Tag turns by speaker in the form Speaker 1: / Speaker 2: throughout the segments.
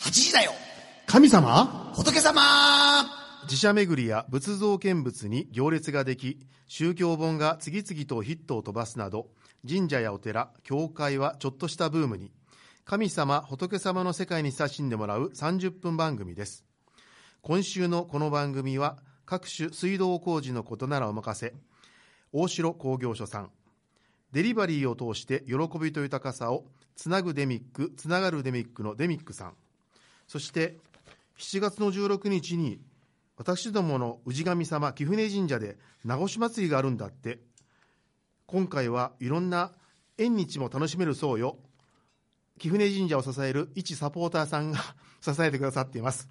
Speaker 1: 8時だよ
Speaker 2: 神様
Speaker 1: 仏様
Speaker 3: 寺社巡りや仏像見物に行列ができ宗教本が次々とヒットを飛ばすなど神社やお寺教会はちょっとしたブームに神様仏様の世界に親しんでもらう30分番組です今週のこの番組は各種水道工事のことならお任せ大城工業所さんデリバリーを通して喜びと豊かさをつなぐデミックつながるデミックのデミックさんそして7月の16日に私どもの氏神様貴船神社で名越祭りがあるんだって今回はいろんな縁日も楽しめるそうよ貴船神社を支える一サポーターさんが 支えてくださっています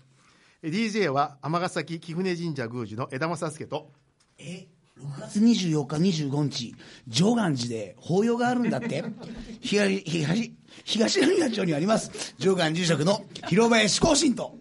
Speaker 3: DJ は尼崎貴船神社宮司の枝正介と
Speaker 1: え
Speaker 4: 6月24日、25日、上岸寺で法要があるんだって、東、東、東宮町にあります、上岸住職の広林光信と、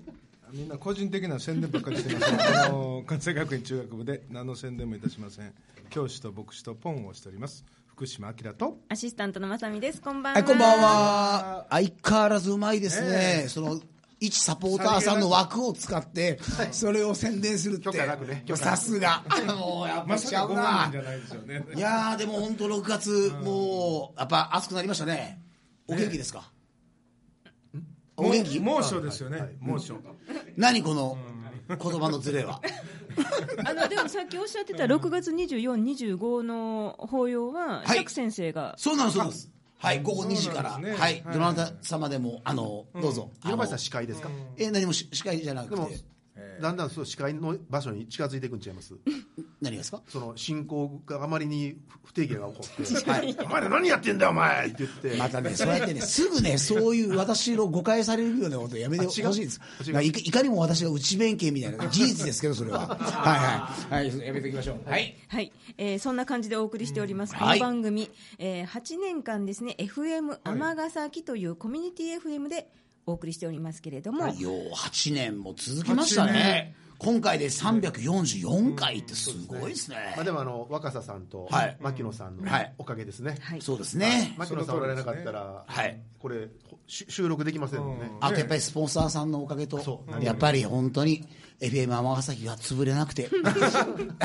Speaker 5: みんな個人的な宣伝ばっかりしてますあの関西学院中学部で何の宣伝もいたしません教師と牧師とポンをしております福島明と
Speaker 6: アシスタントのまさみです。こんばんは。
Speaker 4: はい、こんばんは。相変わらずうまいですね。その、一サポーターさんの枠を使って、それを宣伝するって。
Speaker 3: 許可なくね許可
Speaker 4: さ
Speaker 3: な
Speaker 4: すが。もう、やっぱ
Speaker 5: ま
Speaker 4: りち
Speaker 5: さ
Speaker 4: ゃ
Speaker 5: か
Speaker 4: う
Speaker 5: ご本人
Speaker 4: な
Speaker 5: じ。ゃないですよね
Speaker 4: いやー、でも本当6月、もう、やっぱ暑くなりましたね。お元気ですか、お元気
Speaker 5: 猛暑ですよね、猛暑
Speaker 4: 何この言葉のズレは。
Speaker 6: あの、でもさっきおっしゃってた6月24、25の法要は、
Speaker 4: はい
Speaker 6: 釈先生が、
Speaker 4: そうなんです、そうです。はい、午後2時から、
Speaker 5: そうなんですね
Speaker 4: はい、
Speaker 5: はい
Speaker 4: どなた様でも、あの、どうぞ。あ
Speaker 3: 広
Speaker 4: の
Speaker 3: 林さん司会ですか、
Speaker 4: え、何もし司会じゃな
Speaker 3: で
Speaker 4: く
Speaker 3: も
Speaker 4: て、
Speaker 3: だんだんそう司会の場所に近づいていくんちゃいます
Speaker 4: 何ですか
Speaker 3: その進行があまりに不定形が起 こって「お前ら何やってんだよお前!」って言って、
Speaker 4: またね、そうやってね、すぐね、そういう私の誤解されるようなことやめてほしいです。
Speaker 3: 違う
Speaker 4: なんかいかいかにも私が内弁慶みたいな、事実ですけど、それ は。はいはい。はい、やめていきましょう。はい。
Speaker 6: はい、えーそんな感じでお送りしております、
Speaker 4: うん
Speaker 6: こ
Speaker 4: は
Speaker 6: の
Speaker 4: い
Speaker 6: 番組、えー8年間ですね FM 尼崎というコミュニティ FM でお送りしておりますけれども、
Speaker 4: よう、8年も続きましたね。今回で344回ってすごいですね。
Speaker 3: まあ、でもあの若狭さんと
Speaker 4: はい
Speaker 3: 牧野さんの
Speaker 4: はい
Speaker 3: おかげですね、
Speaker 6: はい
Speaker 4: そうですね。
Speaker 3: 牧野さんおられなかったら、
Speaker 4: はい
Speaker 3: これし収録できませんもんね、
Speaker 4: あとやっぱりスポンサーさんのおかげと
Speaker 3: そ、
Speaker 4: やっぱり本当に FM 尼崎が潰れなくて。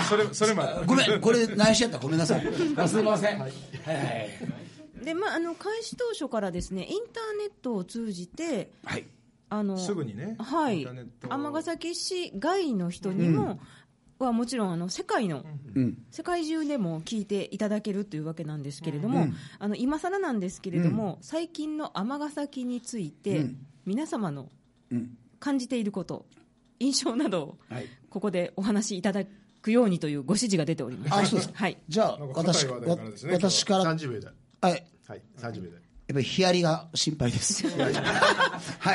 Speaker 5: それそれまで
Speaker 4: ごめん、これ内緒やったらごめんなさい。すいません。はいはい。
Speaker 6: でまあ、あの開始当初からですねインターネットを通じて
Speaker 4: はい。
Speaker 6: あの
Speaker 5: すぐにね
Speaker 6: は
Speaker 5: イ
Speaker 6: い
Speaker 5: ンターネット
Speaker 6: 尼崎市外の人にも、はもちろんあの世界の、世界中でも聞いていただけるというわけなんですけれども、あの今更なんですけれども、最近の尼崎について、皆様の感じていること印象などを、
Speaker 4: はい
Speaker 6: ここでお話しいただくようにというご指示が出ております。
Speaker 4: あそうです
Speaker 6: はい
Speaker 4: じゃあ、
Speaker 5: なんか
Speaker 4: 私、
Speaker 5: 硬い話題からですね
Speaker 4: 私から、はい。
Speaker 3: 30秒台
Speaker 4: やっ
Speaker 3: はい30秒台
Speaker 4: ぱりヒアリが心配です。 は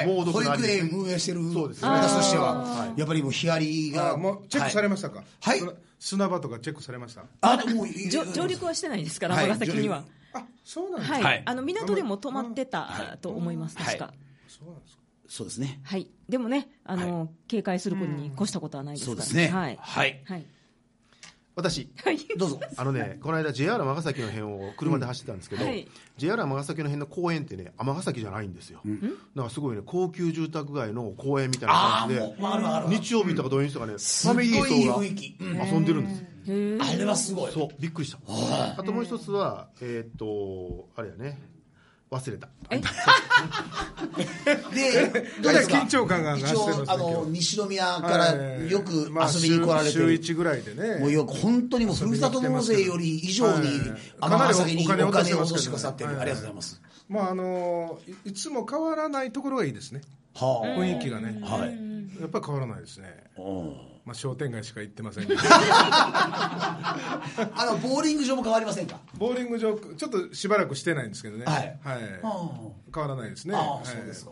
Speaker 4: い。
Speaker 3: 猛毒
Speaker 4: 保
Speaker 3: のアリ
Speaker 4: 育園運営してる
Speaker 3: そうですね
Speaker 4: 私としては、やっぱりもうヒアリ
Speaker 5: あ
Speaker 4: が。
Speaker 5: もうチェックされましたか
Speaker 4: はい
Speaker 5: それ砂場とかチェックされました
Speaker 4: あ、でもう、
Speaker 6: 上上陸はしてないですから、
Speaker 4: はい
Speaker 6: 尼崎には
Speaker 4: 上、
Speaker 5: あそうなんですか、
Speaker 6: はい
Speaker 4: はい
Speaker 6: あの港でも泊まってたと思います、確か。
Speaker 4: はい
Speaker 5: そうなんですか
Speaker 4: そうですね。
Speaker 6: はい、でもね、あの、警戒することに越したことはないです
Speaker 4: そ
Speaker 6: か
Speaker 4: う
Speaker 6: ら。
Speaker 4: ですね。
Speaker 6: はい。
Speaker 4: はい。
Speaker 6: はい。
Speaker 3: 私
Speaker 4: どうぞ。
Speaker 3: あのねこの間 JR 尼崎の辺を車で走ってたんですけど、
Speaker 6: うんはい
Speaker 3: JR 尼崎の辺の公園ってね尼崎じゃないんですよ、なんかすごいね高級住宅街の公園みたいな感じ
Speaker 4: あーも
Speaker 3: で
Speaker 4: うあるあるある
Speaker 3: 日曜日とか土日とかね、フ
Speaker 4: すっ
Speaker 3: ァ
Speaker 4: ご
Speaker 3: ミ
Speaker 4: いい
Speaker 3: リ
Speaker 4: い
Speaker 3: ー層が
Speaker 4: 雰囲気う
Speaker 3: 遊んでるんです、
Speaker 4: あれはすごい。
Speaker 3: そうびっくりしたあともう一つはえーっとあれやね忘れた
Speaker 4: で、
Speaker 5: どうですか緊張感が増して
Speaker 4: 一
Speaker 5: ます
Speaker 4: 応、
Speaker 5: ね
Speaker 4: あの、
Speaker 5: 今日
Speaker 4: 西宮から
Speaker 5: はい
Speaker 4: よく
Speaker 5: まあ
Speaker 4: 遊びに来られて
Speaker 5: 週週
Speaker 4: る。
Speaker 5: 一ぐらいでね
Speaker 4: もうよく本当にもうふるさと納税より以上に
Speaker 5: はいかな
Speaker 4: 尼崎
Speaker 5: り
Speaker 4: にお
Speaker 5: お金
Speaker 4: 金
Speaker 5: を
Speaker 4: を
Speaker 5: 落として
Speaker 4: 落としてく
Speaker 5: ますけどね
Speaker 4: ださってる、
Speaker 5: はい
Speaker 4: ありがとうございます、
Speaker 5: まああのいいつも変わらないところがいいですね
Speaker 4: は
Speaker 5: 雰囲気がね、
Speaker 4: あはい
Speaker 5: やっぱり変わらないですね、まあ、商店街しか行ってませんけど
Speaker 4: あのボーリング場も変わりませんか
Speaker 5: ボーリング場ちょっとしばらくしてないんですけどね
Speaker 4: はいあ
Speaker 5: 変わらないですね
Speaker 4: あ
Speaker 5: は
Speaker 4: あ
Speaker 5: い
Speaker 4: そうですか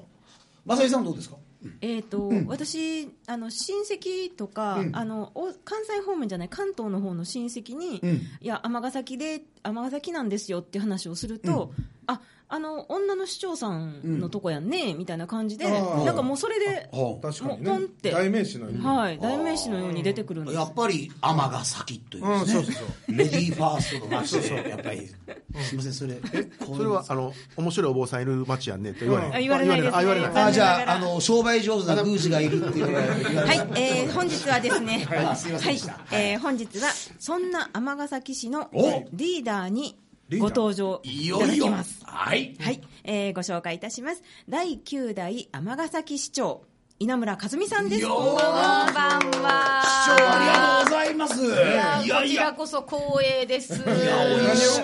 Speaker 4: まさみさんどうですか
Speaker 6: えっ、と、私、あの親戚とか、あのお関西方面じゃない関東の方の親戚に、いや尼崎で尼崎なんですよっていう話をすると、あ。あの女の市長さんのとこやんね、みたいな感じで、
Speaker 5: ああ
Speaker 6: なんかもうそれで、
Speaker 4: ほう
Speaker 5: 確かにね
Speaker 6: もうポンって
Speaker 5: 代名詞のように、
Speaker 6: はい、代名詞のように出てくるんです
Speaker 4: やっぱり天が先というですね、
Speaker 5: うんそうそう
Speaker 4: レディーファーストの街でやっぱりすいませんそれ
Speaker 3: それはあの面白いお坊さんいる町やんねと言われ
Speaker 6: あ言われないですね
Speaker 3: あ言われない
Speaker 6: 残念ながら
Speaker 4: あじゃああの商売上手な宮司がいるっていうのが言われ
Speaker 6: はい
Speaker 4: た、
Speaker 6: えー本日はですね、はいい
Speaker 4: すいませんでした
Speaker 6: えー本日はそんな尼崎市の
Speaker 4: お
Speaker 6: リーダーに
Speaker 5: リーダ
Speaker 6: ご
Speaker 5: ー
Speaker 6: 登場
Speaker 4: い
Speaker 6: いた
Speaker 4: よ
Speaker 6: だ
Speaker 4: い
Speaker 6: き
Speaker 4: よ
Speaker 6: ます。
Speaker 4: はい
Speaker 6: はい、えーご紹介いたします。第9代尼崎市長稲村和美さんです。
Speaker 4: よー
Speaker 6: こんばんは。
Speaker 1: こんばん
Speaker 4: 市長ありがとうございますい
Speaker 1: い
Speaker 4: や
Speaker 1: やこ
Speaker 4: い
Speaker 1: ちら
Speaker 4: や
Speaker 1: こそ光栄です。い
Speaker 4: いや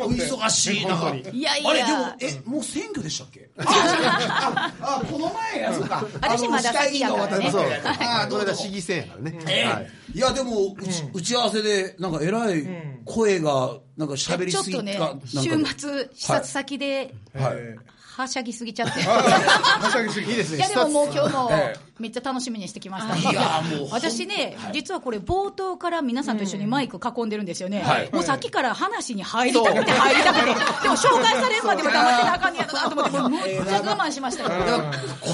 Speaker 4: お忙しお
Speaker 5: 何をもって
Speaker 4: 忙しいな
Speaker 3: 本当
Speaker 1: にいやいや
Speaker 4: あれでもえもう選挙でしたっけああこの前やそうかあ
Speaker 1: 私
Speaker 4: の
Speaker 1: まだ
Speaker 4: 市会議員が終わった
Speaker 1: 先
Speaker 3: そう
Speaker 1: や
Speaker 4: あ
Speaker 3: こ
Speaker 4: ど
Speaker 3: の
Speaker 4: う
Speaker 3: 間
Speaker 4: だ
Speaker 3: 市議選やからね、
Speaker 4: ええ
Speaker 3: はい
Speaker 4: いやでも打ち,、打ち合わせでなんかえらい声がなんか喋り
Speaker 1: ちょっ
Speaker 4: すぎ
Speaker 1: と
Speaker 4: か、
Speaker 1: ね
Speaker 4: なん、か
Speaker 1: 週末、視察先で、
Speaker 4: はい
Speaker 5: えー
Speaker 1: はしゃぎすぎちゃって。
Speaker 5: はしゃぎすぎ
Speaker 3: いいですね
Speaker 1: いやでももう今日も
Speaker 4: え
Speaker 1: めっちゃ楽しみにしてきまし
Speaker 4: いや
Speaker 1: た。
Speaker 4: もう
Speaker 1: 私ね、実はこれ冒頭から皆さんと一緒にマイク囲んでるんですよね
Speaker 4: はい。
Speaker 1: もうさっきから話に入りたくて入りたくて、でも紹介されるまでも黙ってなあかんねやろなと思って、もうめっちゃ我慢しましたよ。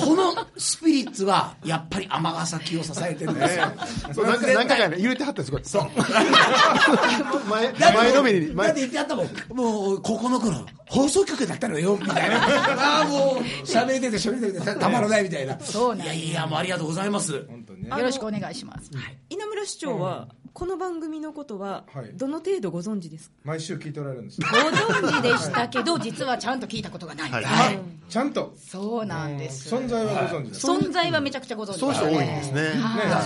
Speaker 4: このスピリッツはやっぱり尼崎を支えてるんですよ、
Speaker 3: そうなんか何回かね揺れてはったんですこれそう前
Speaker 4: だって
Speaker 3: 前のめりに
Speaker 4: だっ
Speaker 3: 前
Speaker 4: て言ってあったもんもうここの頃放送局だったのよみたいなああもう喋ってて喋っててたたまらないみたいな
Speaker 1: そうなん
Speaker 4: い
Speaker 1: です
Speaker 4: やいやもうありがとうございます
Speaker 5: 本当にね
Speaker 1: よろしくお願いします。
Speaker 6: 稲村市長は、この番組のことは
Speaker 5: はい
Speaker 6: どの程度ご存知ですか。
Speaker 5: 毎週聞いておられるんですよ
Speaker 1: ご存知でしたけど、実はちゃんと聞いたことがない。はい
Speaker 5: ちゃんと
Speaker 1: そうなんです。
Speaker 5: 存在はご存知です、
Speaker 1: 存在はめちゃくちゃご存知
Speaker 3: そういう人多いんですね、
Speaker 5: ね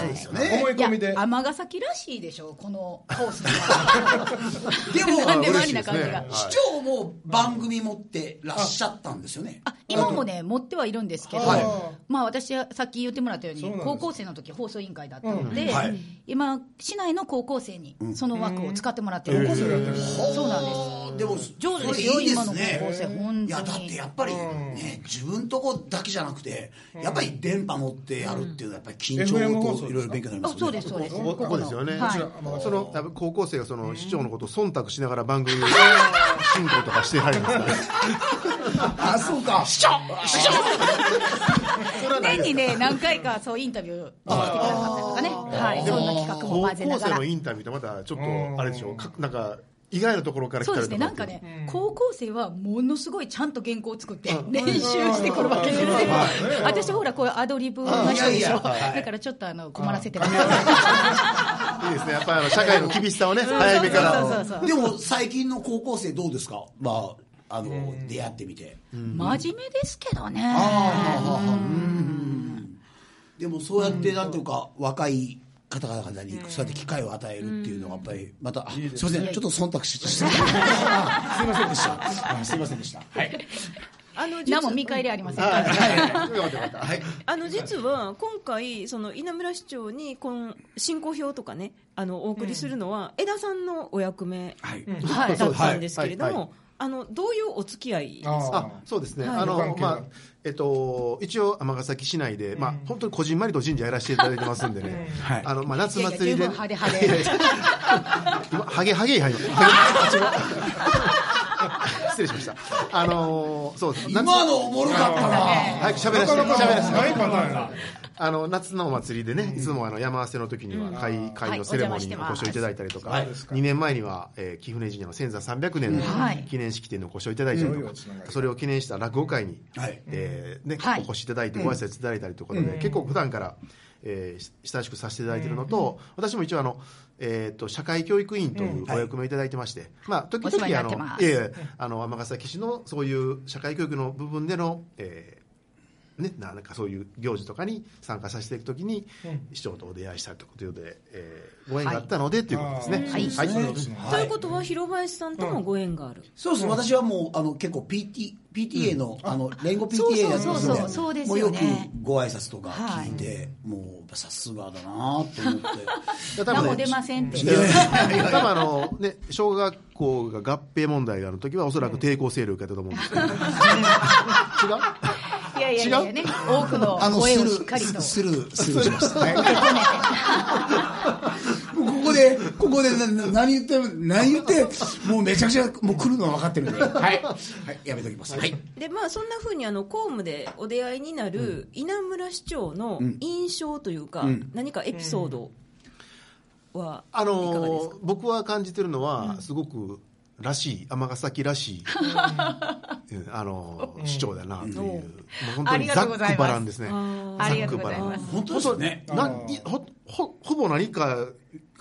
Speaker 4: ですよね
Speaker 5: 思い
Speaker 1: いや、
Speaker 5: 込みで
Speaker 1: 尼崎らしいでしょ、このコースが。でも、なんでもありな感じが。
Speaker 4: 市長も番組持ってらっしゃったんですよね
Speaker 1: あ今もね、持ってはいるんですけど、
Speaker 5: は
Speaker 1: まあ、私はさっき言ってもらったように
Speaker 5: そうなんです
Speaker 1: 高校生の時放送委員会だったので、
Speaker 4: うんはい
Speaker 1: 今市内の高校生にその枠を使ってもらって
Speaker 5: 高
Speaker 1: るんで
Speaker 5: 校
Speaker 1: す、
Speaker 5: 生がやってるんです
Speaker 1: そうなんです
Speaker 4: あーでも
Speaker 1: 上手です
Speaker 4: そ
Speaker 1: よ
Speaker 4: れいい
Speaker 1: 今の高校生本
Speaker 4: いやだ
Speaker 1: 当
Speaker 4: って
Speaker 1: に
Speaker 4: やっぱり、ね、自分とこだけじゃなくてやっぱり電波乗ってやるっていうのはやっぱり緊張
Speaker 5: FM 放
Speaker 4: と
Speaker 5: 送
Speaker 4: いろいろ勉強になり
Speaker 1: あ
Speaker 4: ます
Speaker 1: そう
Speaker 4: よね
Speaker 1: ですそうです
Speaker 3: こここですよね、
Speaker 1: はい
Speaker 3: その多分高校生がその市長のことを忖度しながら番組に進行とかしてはりますから
Speaker 4: あそうか市長市長
Speaker 1: 年にね何回かそうインタビューしてくださったりとかね、はい、
Speaker 3: で
Speaker 1: そ
Speaker 3: も
Speaker 1: んな企画も
Speaker 3: 高
Speaker 1: 混ぜな
Speaker 3: 校
Speaker 1: が
Speaker 3: 生
Speaker 1: ら
Speaker 3: のインタビューってまたちょっとあれでしょうかなんか意外なところから来
Speaker 1: そう
Speaker 3: た
Speaker 1: で
Speaker 3: り
Speaker 1: す
Speaker 3: と
Speaker 1: ね、
Speaker 3: か
Speaker 1: なんかね、高校生はものすごいちゃんと原稿を作って、練習してくるわけですよ、私、ほら、こういうアドリブの人でし
Speaker 4: あいや
Speaker 1: ょ、
Speaker 4: いやはい
Speaker 1: だからちょっとあの困らせてます、あ
Speaker 3: いいですねやっぱりあの社会の厳しさをね早めか
Speaker 1: そうそう
Speaker 3: ら
Speaker 1: そう
Speaker 4: でも最近の高校生どうですかまああの出会ってみて
Speaker 1: 真面目ですけどね、
Speaker 4: でもそうやってなんていうか若い方々にそうやって機会を与えるっていうのはやっぱりまたあすいませんちょっと忖度ししてあすいませんでしたあすいませんでしたはい
Speaker 6: あの実
Speaker 1: 何も
Speaker 6: は
Speaker 1: 見返りありません、
Speaker 4: はい
Speaker 6: あの実は今回その稲村市長にこの進行表とかねあのお送りするのは江田さんのお役目
Speaker 4: はい
Speaker 1: はい
Speaker 6: だったんですけれど
Speaker 3: はいはい
Speaker 6: もあのどういうお付き合いですか
Speaker 5: あ
Speaker 3: あそうですね、
Speaker 6: はい
Speaker 3: あの
Speaker 5: ご関係
Speaker 3: ま
Speaker 5: は
Speaker 3: あえっと、一応、尼崎市内で、まあ、本当にこじんまりと神社やらせていただいてますんでね、
Speaker 4: はい
Speaker 3: あのまあ、夏
Speaker 1: いやいや
Speaker 3: 祭り
Speaker 1: 十
Speaker 3: で、
Speaker 1: 分派手派手。
Speaker 3: 今ハゲハゲや今ハゲあ違う失礼しましたあのーそうです夏
Speaker 4: 今のおもろかったな
Speaker 3: 早く喋ら
Speaker 5: な
Speaker 3: せ
Speaker 5: か
Speaker 3: て
Speaker 5: なか
Speaker 3: 喋らせて
Speaker 5: ないパターンや
Speaker 3: あの夏のお祭りでね、いつもあの山合わせの時には開会のセレモニーにご一緒いただいたりとか、
Speaker 4: はい
Speaker 3: 2年前には、えー、貴船神社の千座300年の
Speaker 1: はい
Speaker 3: 記念式典のご一緒いただいたりとか、
Speaker 5: うん
Speaker 3: それを記念した落語会に、
Speaker 4: はい
Speaker 3: えーね
Speaker 1: はい
Speaker 3: お越しいただいてご挨拶いただいたりということで、結構普段から、えーし親しくさせていただいているのと、私も一応あの、えー、と社会教育委員というお役目をいただいてまして、まあ、時
Speaker 1: お世話に
Speaker 3: 々あ
Speaker 1: なっ
Speaker 3: の
Speaker 1: てま
Speaker 3: い
Speaker 1: す
Speaker 3: えいえあの尼崎市のそういう社会教育の部分での、えーね、なんかそういう行事とかに参加させていくときに、市長とお出会いしたということで、えーご縁があったので、ということですね。
Speaker 1: はい
Speaker 3: はい
Speaker 6: ということは広林さんともご縁がある、
Speaker 4: そうです、私はもうあの結構 PT PTA の,、あの連合
Speaker 1: そう
Speaker 4: PTA
Speaker 1: そ
Speaker 4: や
Speaker 1: う
Speaker 4: って
Speaker 1: そ
Speaker 4: ま
Speaker 1: う
Speaker 4: すん
Speaker 1: そうそうですよね
Speaker 4: もうよくご挨拶とか聞いて、もうさすがだなと思って
Speaker 3: 多
Speaker 1: 何も
Speaker 3: ね
Speaker 1: 出ませんって。
Speaker 3: 多分あの、ね、小学校が合併問題があるときは、おそらく抵抗勢力やったと思うんですけど。違う
Speaker 1: いやいやいやね、多くの
Speaker 4: あの
Speaker 1: 声を
Speaker 4: ス
Speaker 1: しっ
Speaker 4: ル
Speaker 1: かりと
Speaker 4: ースルースルーしましたね もうこここで、ここでなな何言っても、何言って、もうめちゃくちゃ、もう来るのは分かってるんで、はい。はい、やめときます。はい。
Speaker 6: でまあ、そんなふうにあの公務でお出会いになる稲村市長の印象というか、
Speaker 4: ん
Speaker 6: 何かエピソードは
Speaker 3: あ
Speaker 6: いかがです
Speaker 3: の
Speaker 6: か、
Speaker 3: 僕は感じてるのは、すごくらしい、尼崎らしい、うんあの、市長だなという、もう本当
Speaker 1: あ
Speaker 3: に
Speaker 1: り
Speaker 3: ざっ
Speaker 1: がとうご
Speaker 3: く
Speaker 1: ざいます
Speaker 3: ばらんですね。
Speaker 1: ありがとうござい
Speaker 3: ざ
Speaker 1: ま
Speaker 3: っ
Speaker 1: す。
Speaker 4: 本当ですよね。
Speaker 3: なほほほぼ何か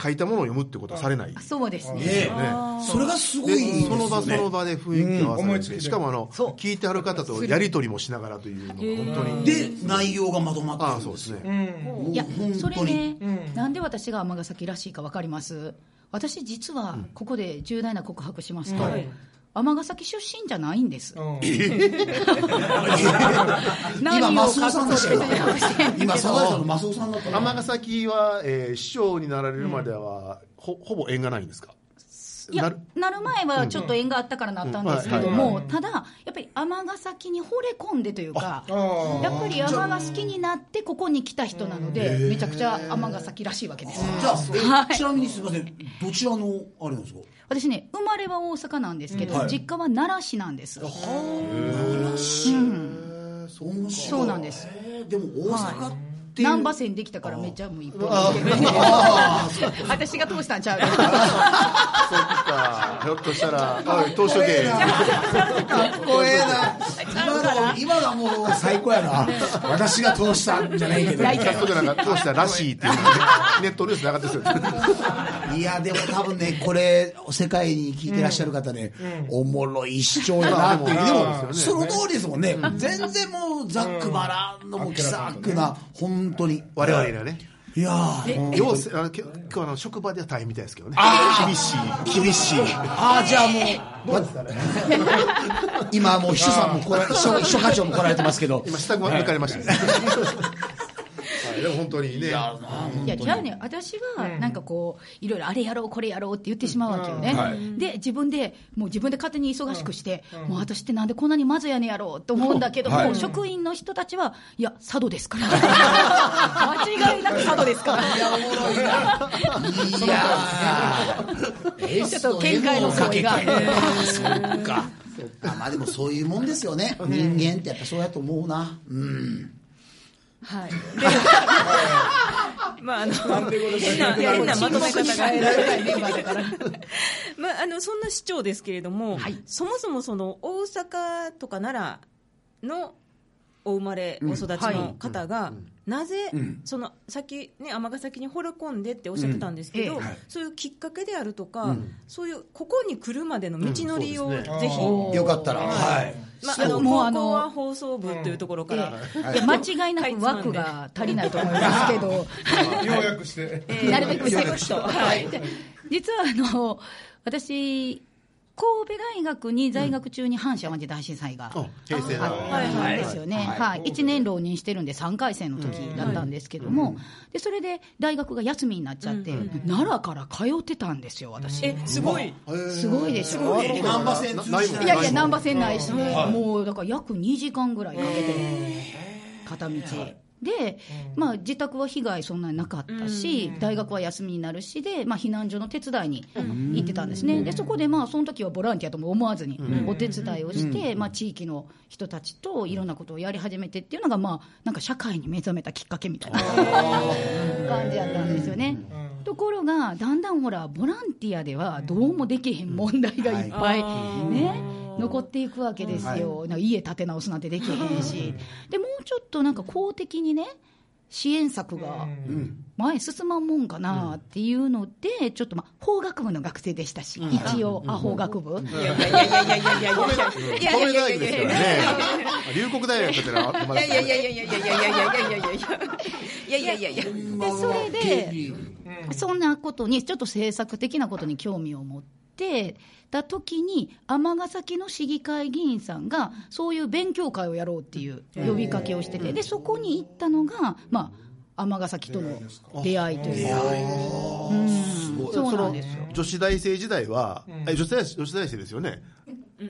Speaker 3: 書いたものを読むってことはされない。
Speaker 1: そうですね。
Speaker 4: ね
Speaker 6: あー
Speaker 4: それがすごい
Speaker 3: で
Speaker 4: いいですよ
Speaker 3: そ
Speaker 4: ね。
Speaker 3: の場その場で雰囲気を合わ
Speaker 5: うん思
Speaker 3: せ
Speaker 5: いつき
Speaker 3: て、
Speaker 5: で
Speaker 3: しかもあの聞いてはる方とやり取りもしながらというのが本当に
Speaker 4: で、内容がまとまって
Speaker 3: あ
Speaker 4: る
Speaker 3: あ
Speaker 4: ん
Speaker 3: そう
Speaker 4: で
Speaker 3: です
Speaker 4: すよ
Speaker 3: ね、
Speaker 1: いや
Speaker 4: 本当に
Speaker 1: それね、なんで私が尼崎らしいか分かります私実はここで重大な告白しますと、
Speaker 6: はい
Speaker 1: 尼崎出身じゃないんです、
Speaker 4: 今、マスオ
Speaker 1: 隠
Speaker 4: さん
Speaker 1: そう
Speaker 4: で
Speaker 1: と
Speaker 4: し
Speaker 1: したて
Speaker 4: よ
Speaker 1: るかもしれん。けど
Speaker 4: 今、サザエさんのマスオさんだったの
Speaker 3: 尼崎は、えー市長になられるまでは、ほほぼ縁がないんですか
Speaker 1: いや
Speaker 3: な
Speaker 1: な
Speaker 3: る
Speaker 1: る前はちょっと縁があったからなったんですけども、ただ、やっぱり尼崎に惚れ込んでというか、やっぱり山が好きになって、ここに来た人なので、めちゃくちゃ尼崎らしいわけですよ。
Speaker 4: じゃあ、えちなみにすみません、どちらの、あれなんですか
Speaker 1: 私ね、生まれは大阪なんですけど、
Speaker 4: うんはい
Speaker 1: 実家は奈良市なんです。
Speaker 4: そう
Speaker 1: そうなんです。
Speaker 4: へーでも、大阪っていう。
Speaker 1: 難波線できたからめっちゃもう一本抜けて 私が通したんちゃう
Speaker 3: そっかひょっとした らおい東証系
Speaker 4: かっこええな。今が、今がもう最高やな。私が通したんじゃないけど。
Speaker 3: 早速なんか通したらしいっていうのがねネットニュースなかったですよ
Speaker 4: いや、でも多分ね、これ、世界に聞いてらっしゃる方ね、おもろい市長やなっていう。
Speaker 3: うん
Speaker 4: で
Speaker 3: う
Speaker 4: も、
Speaker 3: ん
Speaker 4: その通りですもんね。全然もう、ざっくばらんの、もう気さくな、本当に。
Speaker 3: 我々にはね
Speaker 4: いやー
Speaker 3: 要すあの結構あの職場では大変みたいですけどね厳しい厳しい
Speaker 4: ああ、じゃあもう、今もう秘書さんも来ら、秘書秘書課長も来られてますけど。
Speaker 3: 今下ご抜かれましたね、はい、でも本当にね
Speaker 1: いや、じゃあね、私はなんかこう、いろいろあれやろう、これやろうって言ってしまうわけよね。で、自分で、もう自分で勝手に忙しくして、もう私ってなんでこんなにまずやねやろうと思うんだけども、職員の人たちは、いや、佐渡ですから。 間違いなく佐渡ですから。
Speaker 4: いやー、
Speaker 1: ちょっと見解の相違が
Speaker 4: S と M の掛け替えそっか。あまあでもそういうもんですよね。人間ってやっぱそうやと思うな。うん。
Speaker 6: はい。まあ、あの、変な、
Speaker 1: いや
Speaker 6: 変なまとめ方が。
Speaker 1: 変えられないメンバーだから。
Speaker 6: まあ、あの、そんな市長ですけれども、そもそもその、大阪とか奈良のお生まれ、お育ちの方が、なぜ、その、さっきね、尼崎に惚れ込んでっておっしゃってたんですけど、
Speaker 1: うんえ
Speaker 6: そういうきっかけであるとか、そういう、ここに来るまでの道のりを、ぜひ、
Speaker 4: よかったら、はい。
Speaker 6: まあ、あの、
Speaker 1: もうあ
Speaker 6: 高
Speaker 1: の
Speaker 6: 校は放送部というところから、
Speaker 1: いや間違いなく枠が足りないと思いますけ ど。
Speaker 5: 要約して
Speaker 1: なるべくサクッと。
Speaker 6: は
Speaker 1: はいい。で実はあの、私、神戸大学に在学中に阪神・淡路大震災が
Speaker 3: あ平成だ
Speaker 1: あったんですよね、はい1年浪人してるんで、3回生の時だったんですけども、でそれで大学が休みになっちゃって、奈良から通ってたんですよ、私。
Speaker 6: え、すごい。
Speaker 1: すごいでしょ。い
Speaker 4: ナンバ線通じない。
Speaker 1: やいや、難波線ないし、もうだから約2時間ぐらいかけて、片道。で、まあ、自宅は被害そんなになかったし、大学は休みになるしで、まあ、避難所の手伝いに行ってたんですね、でそこで、まあ、その時はボランティアとも思わずにお手伝いをして、まあ、地域の人たちといろんなことをやり始めてっていうのが、まあ、なんか社会に目覚めたきっかけみたいな感じやったんですよね。ところが、だんだんほら、ボランティアではどうもできへん問題がいっぱい、ね、残っていくわけですよ、なんか家建て直すなんてできへんし、でもうちょっとなんか公的にね、支援策が前進まんもんかなっていうので、ちょっとまあ法学部の学生でしたし、一応、あ法学部、
Speaker 6: いやいやいやいやいやいやいや。
Speaker 3: 神戸大学ですからね龍谷大学だってなまだ
Speaker 6: いやいやいやいやいやいやいやいやいやいやいやいやいやいやいや
Speaker 1: でそれで、そんなことに、ちょっと政策的なことに興味を持ってた時に、尼崎の市議会議員さんが、そういう勉強会をやろうっていう呼びかけをしてて、でそこに行ったのが、まあ、尼崎との出会いというか、うんそうなんですよ。
Speaker 3: 女子大生時代は、え女子大女子大生ですよね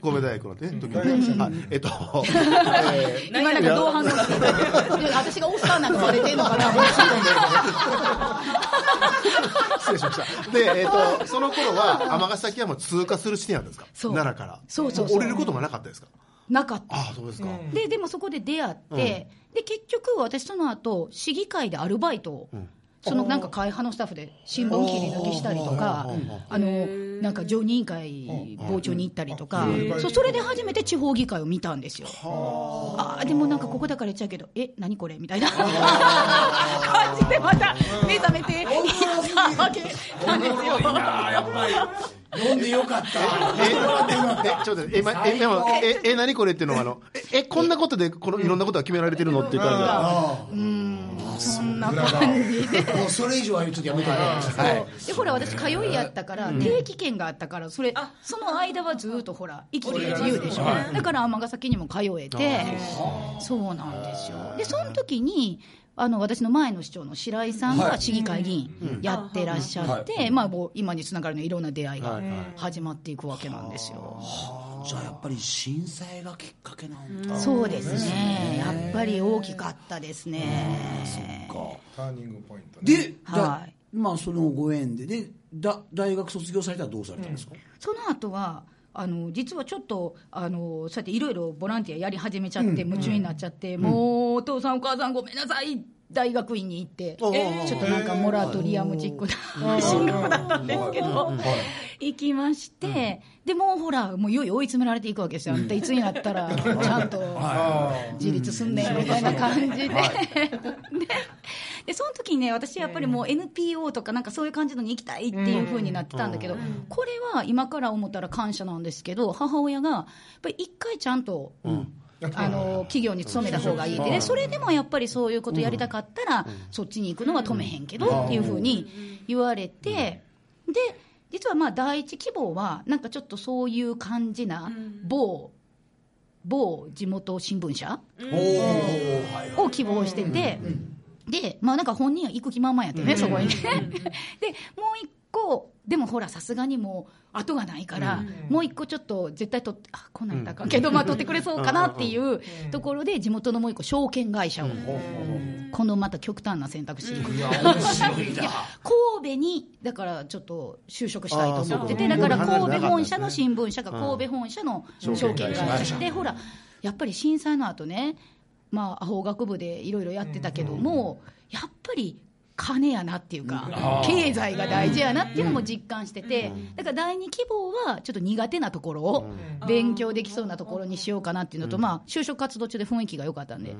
Speaker 3: 神戸大学のね、時の
Speaker 5: 大学生
Speaker 3: はい、えっと、
Speaker 1: 今なんかどう反応して るいや私がオスターなんかされてんのかな
Speaker 3: 失礼しました。で、えっ、と、その頃は、尼崎はもう通過する地点なんですか
Speaker 1: そう
Speaker 3: 奈良から。
Speaker 1: そうそうそう
Speaker 3: も降りることもなかったですか
Speaker 1: なかった
Speaker 3: ああ、そうですか。
Speaker 1: ででもそこで出会って、で結局私その後市議会でアルバイトを、そのなんか会派のスタッフで新聞切り抜きしたりとかあのなんか常任委員会傍聴に行ったりとかそうそれで初めて地方議会を見たんですよあーでもなんかここだから言っちゃうけどえ何これみたいな感じでまた目覚めていったわけなんですよ
Speaker 4: 読んでよかっ
Speaker 3: え、え、ちょっと待って、え、ま、え、でも、え、え、何これっていうのは、あの、え、えこんなことで、この、いろんなことが決められてるのっていう感じが。
Speaker 1: そんな感じで
Speaker 4: た。もうそれ以上はちょっとやめてもらいました。はい。
Speaker 1: でほら私通いやったから定期券があったからそれその間はずっとほら行き来自由でしょだから尼崎にも通えてそうなんですよでその時にあの私の前の市長の白井さんが市議会議員やってらっしゃって、まあ、もう今につながるのいろんな出会いが始まっていくわけなんですよ、
Speaker 4: じゃあやっぱり震災がきっかけなんだ。
Speaker 1: そうですねやっぱり大きかったですね、
Speaker 5: ターニングポイントね
Speaker 4: で、じゃあ
Speaker 1: はい
Speaker 4: まあそのご縁で、で、だ大学卒業されたらどうされたんですか、
Speaker 1: その後はあの実はちょっとあのそうやっていろいろボランティアやり始めちゃって夢中になっちゃって、もうお父さんお母さんごめんなさい大学院に行って、ちょっとなんかモラトリアムチック な進学だったんですけど、行きまして、でもうほらもういよいよ追い詰められていくわけですよ、あんたいつになった らちゃんと自立すんねんみたいな感じで。 でその時にね私やっぱりもう NPO とかなんかそういう感じのに行きたいっていう風になってたんだけど、これは今から思ったら感謝なんですけど母親がやっぱり一回ちゃんと、あの企業に勤めた方がいいってでそれでもやっぱりそういうことやりたかったら、そっちに行くのは止めへんけどっていう風に言われて、で実はまあ第一希望はなんかちょっとそういう感じな某、某地元新聞社、
Speaker 4: おーはい
Speaker 1: を希望してて、で、まあなんか本人は行く気満々やってね、そこにね。で、もう一個、でもほら、さすがにもう後がないから、もう一個ちょっと絶対取って、あ、こんなんだかんけど、まあ取ってくれそうかなっていうところで、地元のもう一個、証券会社を。このまた極端な選択肢。いや神戸に、だからちょっと就職したいと思ってて、
Speaker 3: あーそ
Speaker 1: だ
Speaker 3: うから神
Speaker 1: か神
Speaker 3: 戸
Speaker 1: 戸
Speaker 3: 本
Speaker 1: 本
Speaker 3: 社
Speaker 1: 社
Speaker 3: の
Speaker 1: の新聞社が神戸本社の証券会社で、ほら、やっぱり震災の後ね、まあ、法学部でいろいろやってたけども、やっぱり金やなっていうか、経済が大事やなっていうのも実感してて、だから第二希望は、ちょっと苦手なところを勉強できそうなところにしようかなっていうのと、まあ、就職活動中で雰囲気が良かったんで、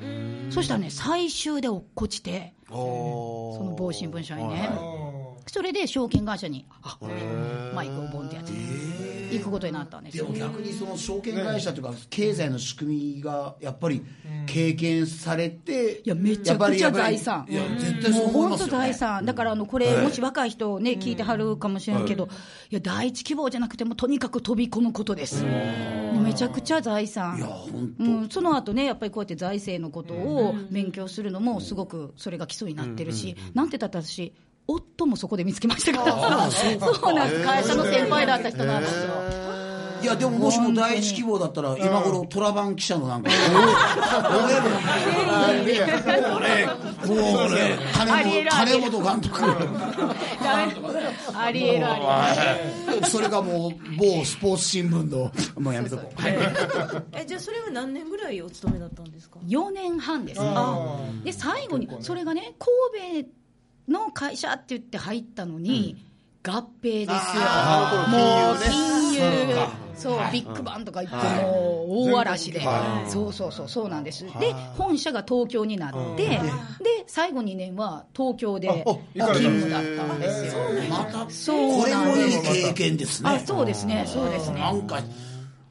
Speaker 1: そしたらね、最終で落っこちて、
Speaker 3: おー
Speaker 1: その某新聞社にね
Speaker 3: はい。
Speaker 1: それで証券会社に、あマイクをボンってやって、行くことになったんです
Speaker 4: で
Speaker 1: よ
Speaker 4: も。逆にその証券会社というか経済の仕組みがやっぱり経験されて、
Speaker 1: いやめちゃくちゃ財産
Speaker 4: やっぱりいや絶対そう思い
Speaker 1: 本
Speaker 4: ます
Speaker 1: 当
Speaker 4: よ、ね、
Speaker 1: 財産、だからあのこれ、もし若い人ね、聞いてはるかもしれんけど、いや、第一希望じゃなくても、とにかく飛び込むことです、めちゃくちゃ財
Speaker 4: いや
Speaker 1: 産、
Speaker 4: 本
Speaker 1: うん、その後ね、やっぱりこうやって財政のことを勉強するのも、すごくそれが基礎になってるし、なんて言ったって私、夫もそこで見つけましたから、そうなんです、会社の先輩だった人なんですよ。
Speaker 4: 当いやでももしも第一希望だったら今頃トラバン記者のなんか俺もうね
Speaker 1: ありえ
Speaker 4: 金
Speaker 1: る
Speaker 4: 本金本監督
Speaker 1: ダメ ありえるありえる
Speaker 4: それがもう某スポーツ新聞のもうやめとこう
Speaker 6: えじゃあそれは何年ぐらいお勤めだったんですか
Speaker 1: 4年半ですねで最後にそれがね神戸の会社って言って入ったのに、合併ですよ、もう金融、そう、ビッグバンとか言って、もう大嵐で、そうそうそう、そうなんです、で、本社が東京になって、で、最後2年は東京で勤務だったんですよ、
Speaker 4: また
Speaker 1: そ
Speaker 4: こ
Speaker 1: う
Speaker 4: れ
Speaker 1: なん
Speaker 4: も
Speaker 1: で
Speaker 4: い
Speaker 1: す
Speaker 4: い経験です
Speaker 1: あ
Speaker 4: ね
Speaker 1: そうですね、そうですね
Speaker 4: な。んか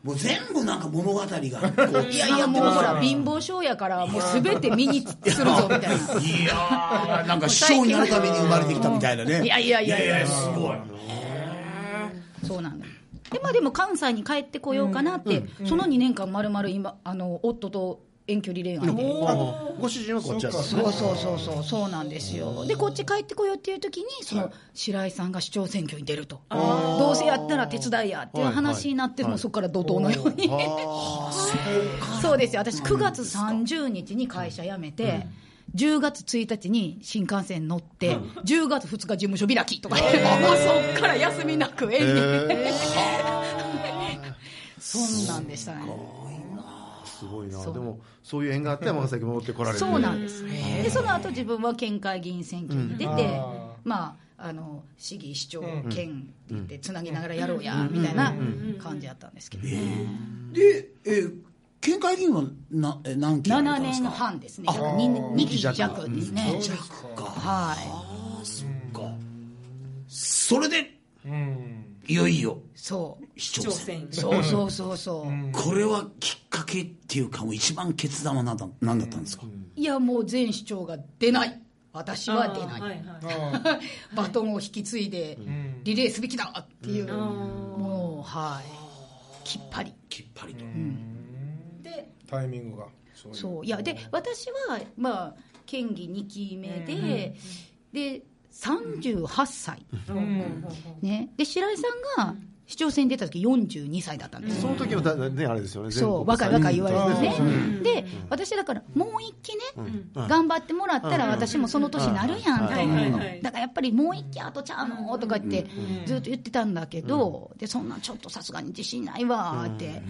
Speaker 4: もう全部なんか物語がこう
Speaker 1: いやいやもうほら貧乏性やからもうすべて身につするぞみたいない
Speaker 4: やーなんか師匠になるために生まれてきたみたいなね
Speaker 1: いやいやいやいや
Speaker 4: すごい
Speaker 1: そうなんだでまあでも関西に帰ってこようかなって、その2年間まるまる今あの夫と遠距離恋愛で。
Speaker 4: あご主人はこっちなんですね
Speaker 1: そうそうそうそうそうなんですよでこっち帰ってこようっていう時にその白井さんが市長選挙に出るとどうせやったら手伝いやっていう話になってもうそこから怒涛のように そうですよ私9月30日に会社辞めて10月1日に新幹線乗って10月2日事務所開きとか言ってもうそっから休みなく延に そんなんでしたね
Speaker 3: すごいな
Speaker 1: そう
Speaker 3: でもそういう縁があって山崎戻ってこられる
Speaker 1: そうなんです、でその後自分は県会議員選挙に出て、
Speaker 5: あ
Speaker 1: まあ、あの市議、市長、県って言って、つなぎながらやろうや、みたいな感じだったんですけど、
Speaker 4: で、えー県会議員はなえ何期やら
Speaker 1: 7
Speaker 4: れたんです
Speaker 1: 年
Speaker 4: か
Speaker 1: 半ですね、約 2, 二期弱ですね、
Speaker 4: じゃあか
Speaker 1: はい、
Speaker 4: そっかそれで
Speaker 5: うん
Speaker 4: いよいよ
Speaker 1: そう、
Speaker 4: 市長選
Speaker 1: そうそうそうそう、
Speaker 4: これはきっかけっていうかもう一番決断は何だ何だったんですか、
Speaker 1: いや、もう前市長が出ない、私は出ない、
Speaker 5: あ
Speaker 1: バトンを引き継いで、リレーすべきだっていう、もう、はい、きっぱり。
Speaker 4: きっぱりと、
Speaker 1: で
Speaker 5: タイミングがそういう
Speaker 1: そういやで私はまあ県議2期目で、で38歳、ね、で白井さんが市長選に出た時42歳だったんですよ、
Speaker 3: その時のだ、ね、あれですよね
Speaker 1: そう若い若い言われるね、で私だからもう一期ね、頑張ってもらったら私もその年なるやんと、だからやっぱりもう一期あとちゃうのとかってずっと言ってたんだけど、でそんなちょっとさすがに自信ないわーって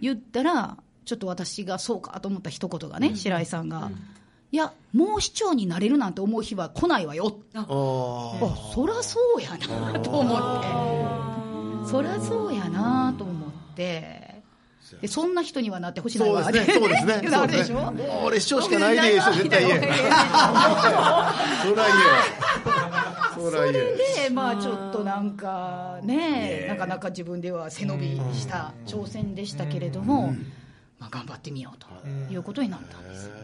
Speaker 1: 言ったらちょっと私がそうかと思った一言がね白井さんが「いやもう市長になれるなんて思う日は来ないわよ」
Speaker 3: あ
Speaker 1: あそらそうやなと思ってそらそうやなと思ってでそんな人にはなってほし
Speaker 3: ー
Speaker 1: いな
Speaker 3: そうですねそうです ねそ
Speaker 1: あ
Speaker 3: う
Speaker 1: るで
Speaker 3: で
Speaker 1: し
Speaker 3: すね
Speaker 1: ょ
Speaker 3: もう俺主張しかないでしょ絶対言えそら言えそら言え
Speaker 1: でまあちょっとなんかねなかなか自分では背伸びした挑戦でしたけれども、まあ、頑張ってみようということになったんですよ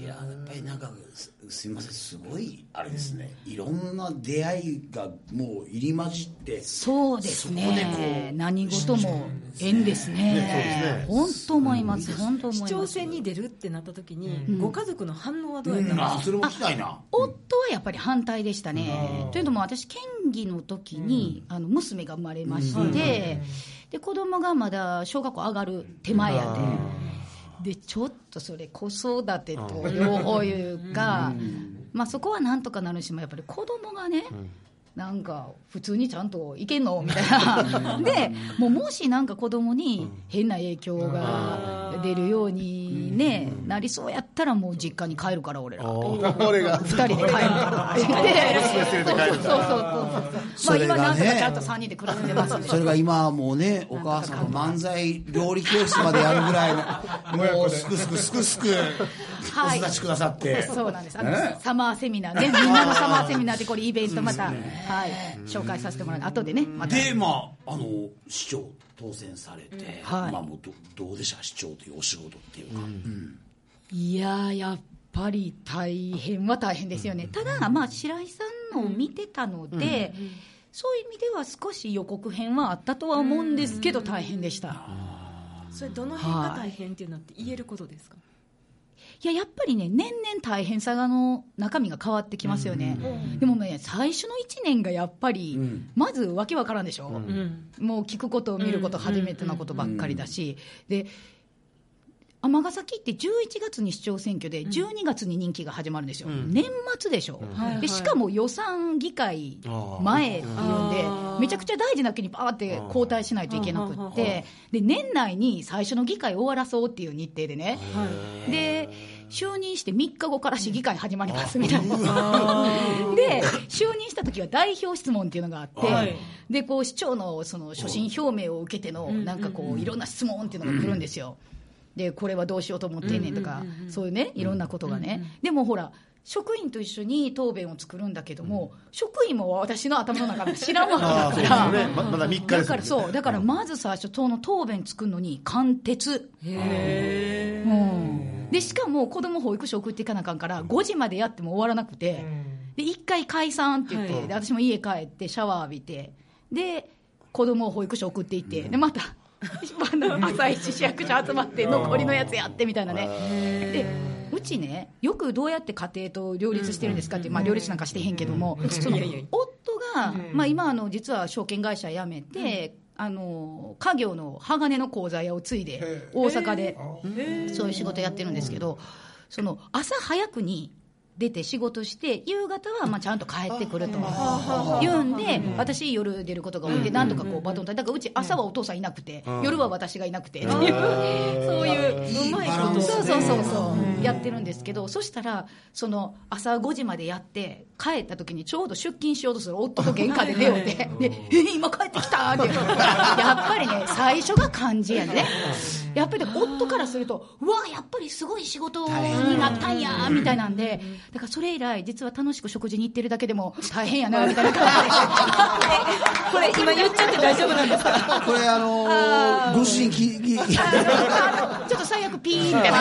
Speaker 4: いややっぱりなんかすすいませんすごいあれですねいろんな出会いがもう入り混じって
Speaker 1: そうです
Speaker 4: そこでこ
Speaker 1: ね
Speaker 4: う
Speaker 1: 何事も縁ですね本当思います本当思い
Speaker 6: 市
Speaker 1: ます
Speaker 6: 長選に出るってなった時にご家族の反応はどうやったんです
Speaker 4: あそれも聞きたいな
Speaker 1: 夫はやっぱり反対でしたね。というのも私県議の時に、あの娘が生まれまして、で子供がまだ小学校上がる手前やで。でちょっとそれ子育てと両方いうか、まあ、そこはなんとかなるしもやっぱり子供がね、なんか普通にちゃんといけんのみたいなでもうもしなんか子供に変な影響が出るように、ねなりそうやったらもう実家に帰るから俺ら
Speaker 3: 俺が
Speaker 1: 二人で帰るからって言って、そうそうそうそうそう、まあ、
Speaker 4: それがね
Speaker 1: 今、なんとかちゃんと三人で暮らしてますんで
Speaker 4: それが今はもうねお母さんの漫才料理教室までやるぐらいのもうすくすくすくすくお
Speaker 1: はい
Speaker 4: 育ちくださって
Speaker 1: そうなんです、あ
Speaker 4: ね
Speaker 1: のサマーセミナーね、みんなのサマーセミナーで、これ、イベントまた、はい、紹介させてもらって、後でね、また、
Speaker 4: でまああの市長当選されて、
Speaker 1: はい
Speaker 4: まあもうどどうでした市長というお仕事っていうか、
Speaker 1: いやー、やっぱり大変は大変ですよね、ただ、まあ、白井さんのを見てたので、そういう意味では、少し予告編はあったとは思うんですけど、大変でした。
Speaker 6: かそれどの辺が大変っていうのって言えることですか
Speaker 1: いややっぱりね、年々大変さがあの中身が変わってきますよね、でもね、最初の1年がやっぱり、まずわけわからんでしょ、もう聞くこと、見ること、初めてのことばっかりだし、で尼崎って11月に市長選挙で、12月に任期が始まるんですよ、年末でしょ、
Speaker 6: はいはい
Speaker 1: で、しかも予算議会前っていうんで
Speaker 6: あー、
Speaker 1: めちゃくちゃ大事な国にばーって交代しないといけなく
Speaker 6: あーは
Speaker 1: っ
Speaker 6: ー
Speaker 1: て、で年内に最初の議会終わらそうっていう日程でね。で就任して3日後から市議会始まりますみたいな、 で就任した時は代表質問っていうのがあって、
Speaker 6: はい
Speaker 1: でこう市長のその所信表明を受けての、なんかこう、いろんな質問っていうのが来るんですよ、でこれはどうしようと思ってんねんとか、そういうね、いろんなことがね、でもほら、職員と一緒に答弁を作るんだけども、職員も私の頭の中で知らんわけ
Speaker 3: ああそうで
Speaker 1: だから。
Speaker 3: すねままだ3日です
Speaker 1: だからそう、だからまず最初、党の答弁作るのに、貫徹。うんで、しかも子供保育所送っていかなあかんから、5時までやっても終わらなくて、で、1回解散って言って、
Speaker 6: はい
Speaker 1: で私も家帰って、シャワー浴びて、で、子供を保育所送っていって、で、また。 あの朝一市役所集まって残りのやつやってみたいなねでうちねよくどうやって家庭と両立してるんですかって、まあ、両立なんかしてへんけども、その夫が、まあ、今あの実は証券会社辞めて、あの家業の鋼の鋼材屋を継いで大阪でそういう仕事やってるんですけどその朝早くに出て仕事して夕方はまあちゃんと帰ってくると言うんで私夜出ることが多いんで何とかこうバトンタッチだからうち朝はお父さんいなくて夜は私がいなくてっていうそういううまいことそうそうそうそうやってるんですけどそしたらその朝5時までやって帰った時にちょうど出勤しようとする夫と喧嘩で 出ようて「でえ今帰ってきた!」ってやっぱりね最初が感じやねやっぱり夫からすると「うわやっぱりすごい仕事になったんや」みたいなんで。だからそれ以来、実は楽しく食事に行ってるだけでも大変やなみたいな感
Speaker 6: これ今言っちゃって大丈夫なんですか
Speaker 4: これあのーご主人きき
Speaker 1: じ、ちょっと最悪、ピーンみたいな、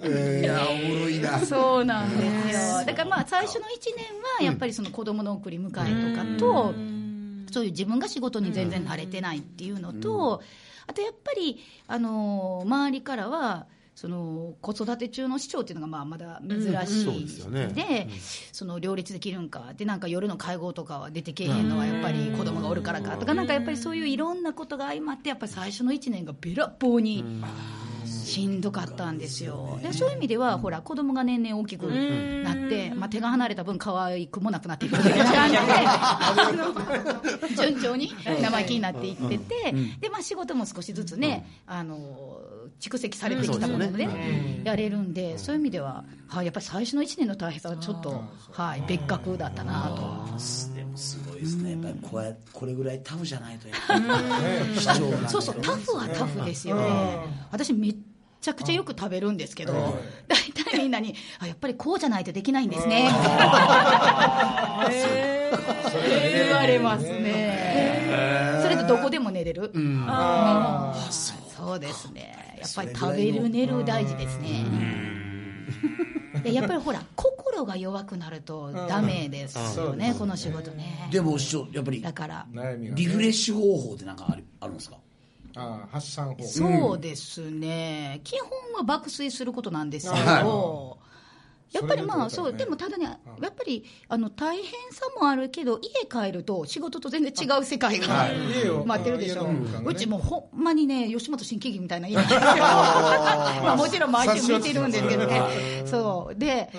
Speaker 4: えー、いやおもろいな
Speaker 1: そうなんですよ、だからまあ最初の1年はやっぱりその子供の送り迎えとかと、そういう自分が仕事に全然慣れてないっていうのと、あとやっぱり、あのー周りからは、その子育て中の市長っていうのがまあまだ珍しい
Speaker 3: すよね
Speaker 1: で、その両立できるんかでなんか夜の会合とかは出てけえへんのはやっぱり子供がおるからかとかなんかやっぱりそういういろんなことが相まってやっぱり最初の1年がべらぼうにしんどかったんですよでそういう意味ではほら子供が年々大きくなって、まあ、手が離れた分可愛くもなくなっていくみたいな感じであの 順調に生意気になっていっててで、まあ、仕事も少しずつねあの蓄積されてきたもの
Speaker 3: そう
Speaker 1: で
Speaker 3: です
Speaker 1: ねやれるんでそういう意味では、はい、やっぱり最初の1年の大変さはちょっと、はい、別格だったなと。
Speaker 4: でもすごいですねやっぱりこれこれぐらいタフじゃないとやっぱり貴重な
Speaker 1: そうそう、タフはタフですよね。私めっちゃくちゃよく食べるんですけど、大体みんなに、あ、やっぱりこうじゃないとできないんですね。言われますね。それでどこでも寝れる。あーそうですね。やっぱり食べる寝る大事ですね。でやっぱりほら心が弱くなるとダメですよね、この仕事ね
Speaker 4: でも師匠やっぱり
Speaker 1: だから
Speaker 5: 悩みがね
Speaker 4: リフレッシュ方法ってなんかあるあるんですか
Speaker 5: ああ発散法
Speaker 1: そうですね、基本は爆睡することなんですけど
Speaker 5: は、
Speaker 1: やっぱりまあ、
Speaker 5: そ
Speaker 1: そ
Speaker 5: れ
Speaker 1: う、
Speaker 5: が
Speaker 1: で
Speaker 5: いい
Speaker 1: も
Speaker 5: こ
Speaker 1: ただね、やっぱりあの大変さもあるけど、家帰ると仕事と全然違う世界が
Speaker 5: 家を
Speaker 1: 待ってるでしょ
Speaker 5: 家の文化が、ね
Speaker 1: うちもうほんまにね、吉本新喜劇みたいな 家なんですよ、まあもちろん毎週見てるんですけどね、 そう、で、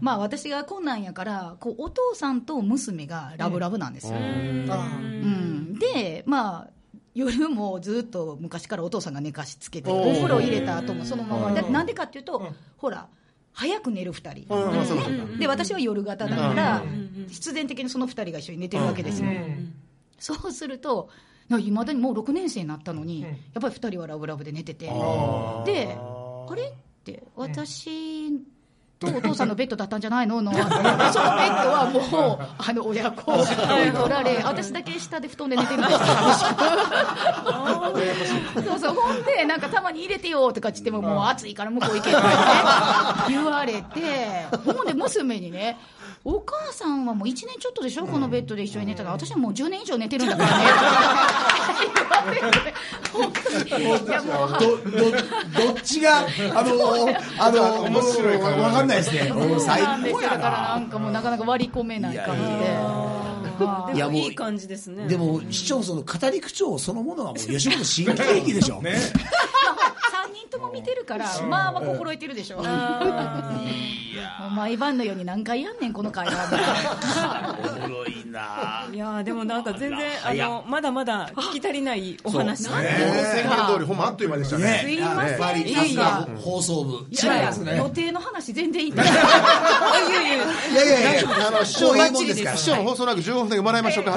Speaker 1: まあ私がこんなんやから、こうお父さんと娘がラブラブなんですよ。うん、で、まあ、夜もずっと昔からお父さんが寝かしつけて、お風呂入れた後もそのまま、だってなんでかっていうと、ほら、早く寝る2人、
Speaker 3: うん
Speaker 1: ね
Speaker 3: そうなん
Speaker 1: で私は夜型だから、必然的にその2人が一緒に寝てるわけですよ。そうするといまだにもう6年生になったのに、やっぱり2人はラブラブで寝てて、で、あれって、私とお父さんのベッドだったんじゃないの の、そのベッドはもう、あの親子、追い取られ、 私だけ下で布団で寝てるんですよ、そうそう、ほんで、なんかたまに入れてよとか言っても、もう暑いから向こう行けと かね、言われて、ほんで、娘にね、お母さんはもう1年ちょっとでしょ、このベッドで一緒に寝たら、私はもう10年以上寝てるんだ からね、言われて、本当に、いやもう、はい
Speaker 4: どどどっちがあのあの
Speaker 5: 面白い
Speaker 4: わかんないですねもう
Speaker 1: そうなん
Speaker 4: 最
Speaker 1: です
Speaker 4: 高
Speaker 1: よだ
Speaker 4: や
Speaker 1: からな
Speaker 4: なん
Speaker 1: かもうなかなか割り込めない感じで。はい
Speaker 4: いや
Speaker 6: で
Speaker 4: も
Speaker 6: も
Speaker 4: う
Speaker 6: いい感じですね
Speaker 4: でも市長その語り口調そのものがもう吉本新喜劇でしょ、
Speaker 5: ね
Speaker 1: 3人とも見てるから、まあまあ心得てるでしょ。もう毎晩のように何回やんねん、この会話みた いな。
Speaker 4: おもろいない
Speaker 6: やーでもなんか全然あ
Speaker 4: 早っ
Speaker 6: のまだまだ聞き足りないお話
Speaker 4: そう
Speaker 3: えー宣言通りほんまあっという間でしたね
Speaker 4: ね、
Speaker 6: いません
Speaker 4: やっぱりさすが放送部
Speaker 1: いやいや予定の話全然いい です。
Speaker 6: いやいや
Speaker 4: いやいやいや
Speaker 3: あの、
Speaker 4: 師
Speaker 3: 師
Speaker 4: 匠
Speaker 3: 匠
Speaker 4: いいもんですから
Speaker 3: 師匠の放送なく15分だけもらいましょうか。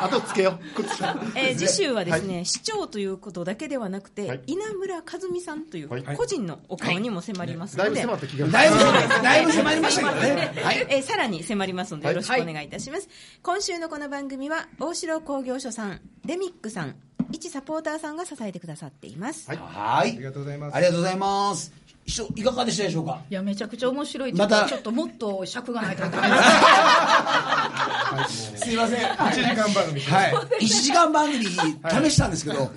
Speaker 3: あとつけよう。
Speaker 6: えー次週はですね、市長ということだけではなくて、
Speaker 3: はい
Speaker 6: 稲村和美さんとい
Speaker 3: は
Speaker 6: う
Speaker 3: い
Speaker 6: 個人のお顔にも迫ります
Speaker 3: だい
Speaker 6: の
Speaker 3: ぶ
Speaker 6: で、
Speaker 3: 迫った気がする
Speaker 4: だいぶだいぶ迫りましたけどねはい
Speaker 6: えーさらに迫りますので
Speaker 3: は
Speaker 6: よ
Speaker 3: い
Speaker 6: ろしくお願いいたします、今週のこの番組は大城工業所さんデミックさん一サポーターさんが支えてくださっています、
Speaker 4: はい。あ
Speaker 5: ありがとうございます
Speaker 4: りがとうございます。師匠いかがでしたでしょうか
Speaker 1: いや、めちゃくちゃ面白い。
Speaker 4: また
Speaker 1: ちょっともっと尺がないと。
Speaker 4: すいません
Speaker 5: 1時間番組
Speaker 4: はい、1時間番組試したんですけど、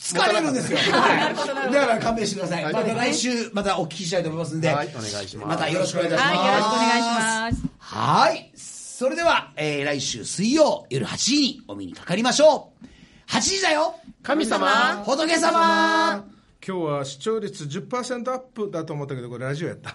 Speaker 4: 疲れるんですよ、はい、だから勘弁してください、また来週、またお聞きしたいと思いますんで、
Speaker 3: はいお願いします
Speaker 4: またよろしくお願いいたします。
Speaker 2: はい、よろしくお願いします。
Speaker 4: はい。それでは、えー、来週水曜夜8時にお目にかかりましょう。8時だよ
Speaker 3: 神様
Speaker 4: 仏様
Speaker 5: 今日は視聴率10%アップだと思ったけどこれラジオやった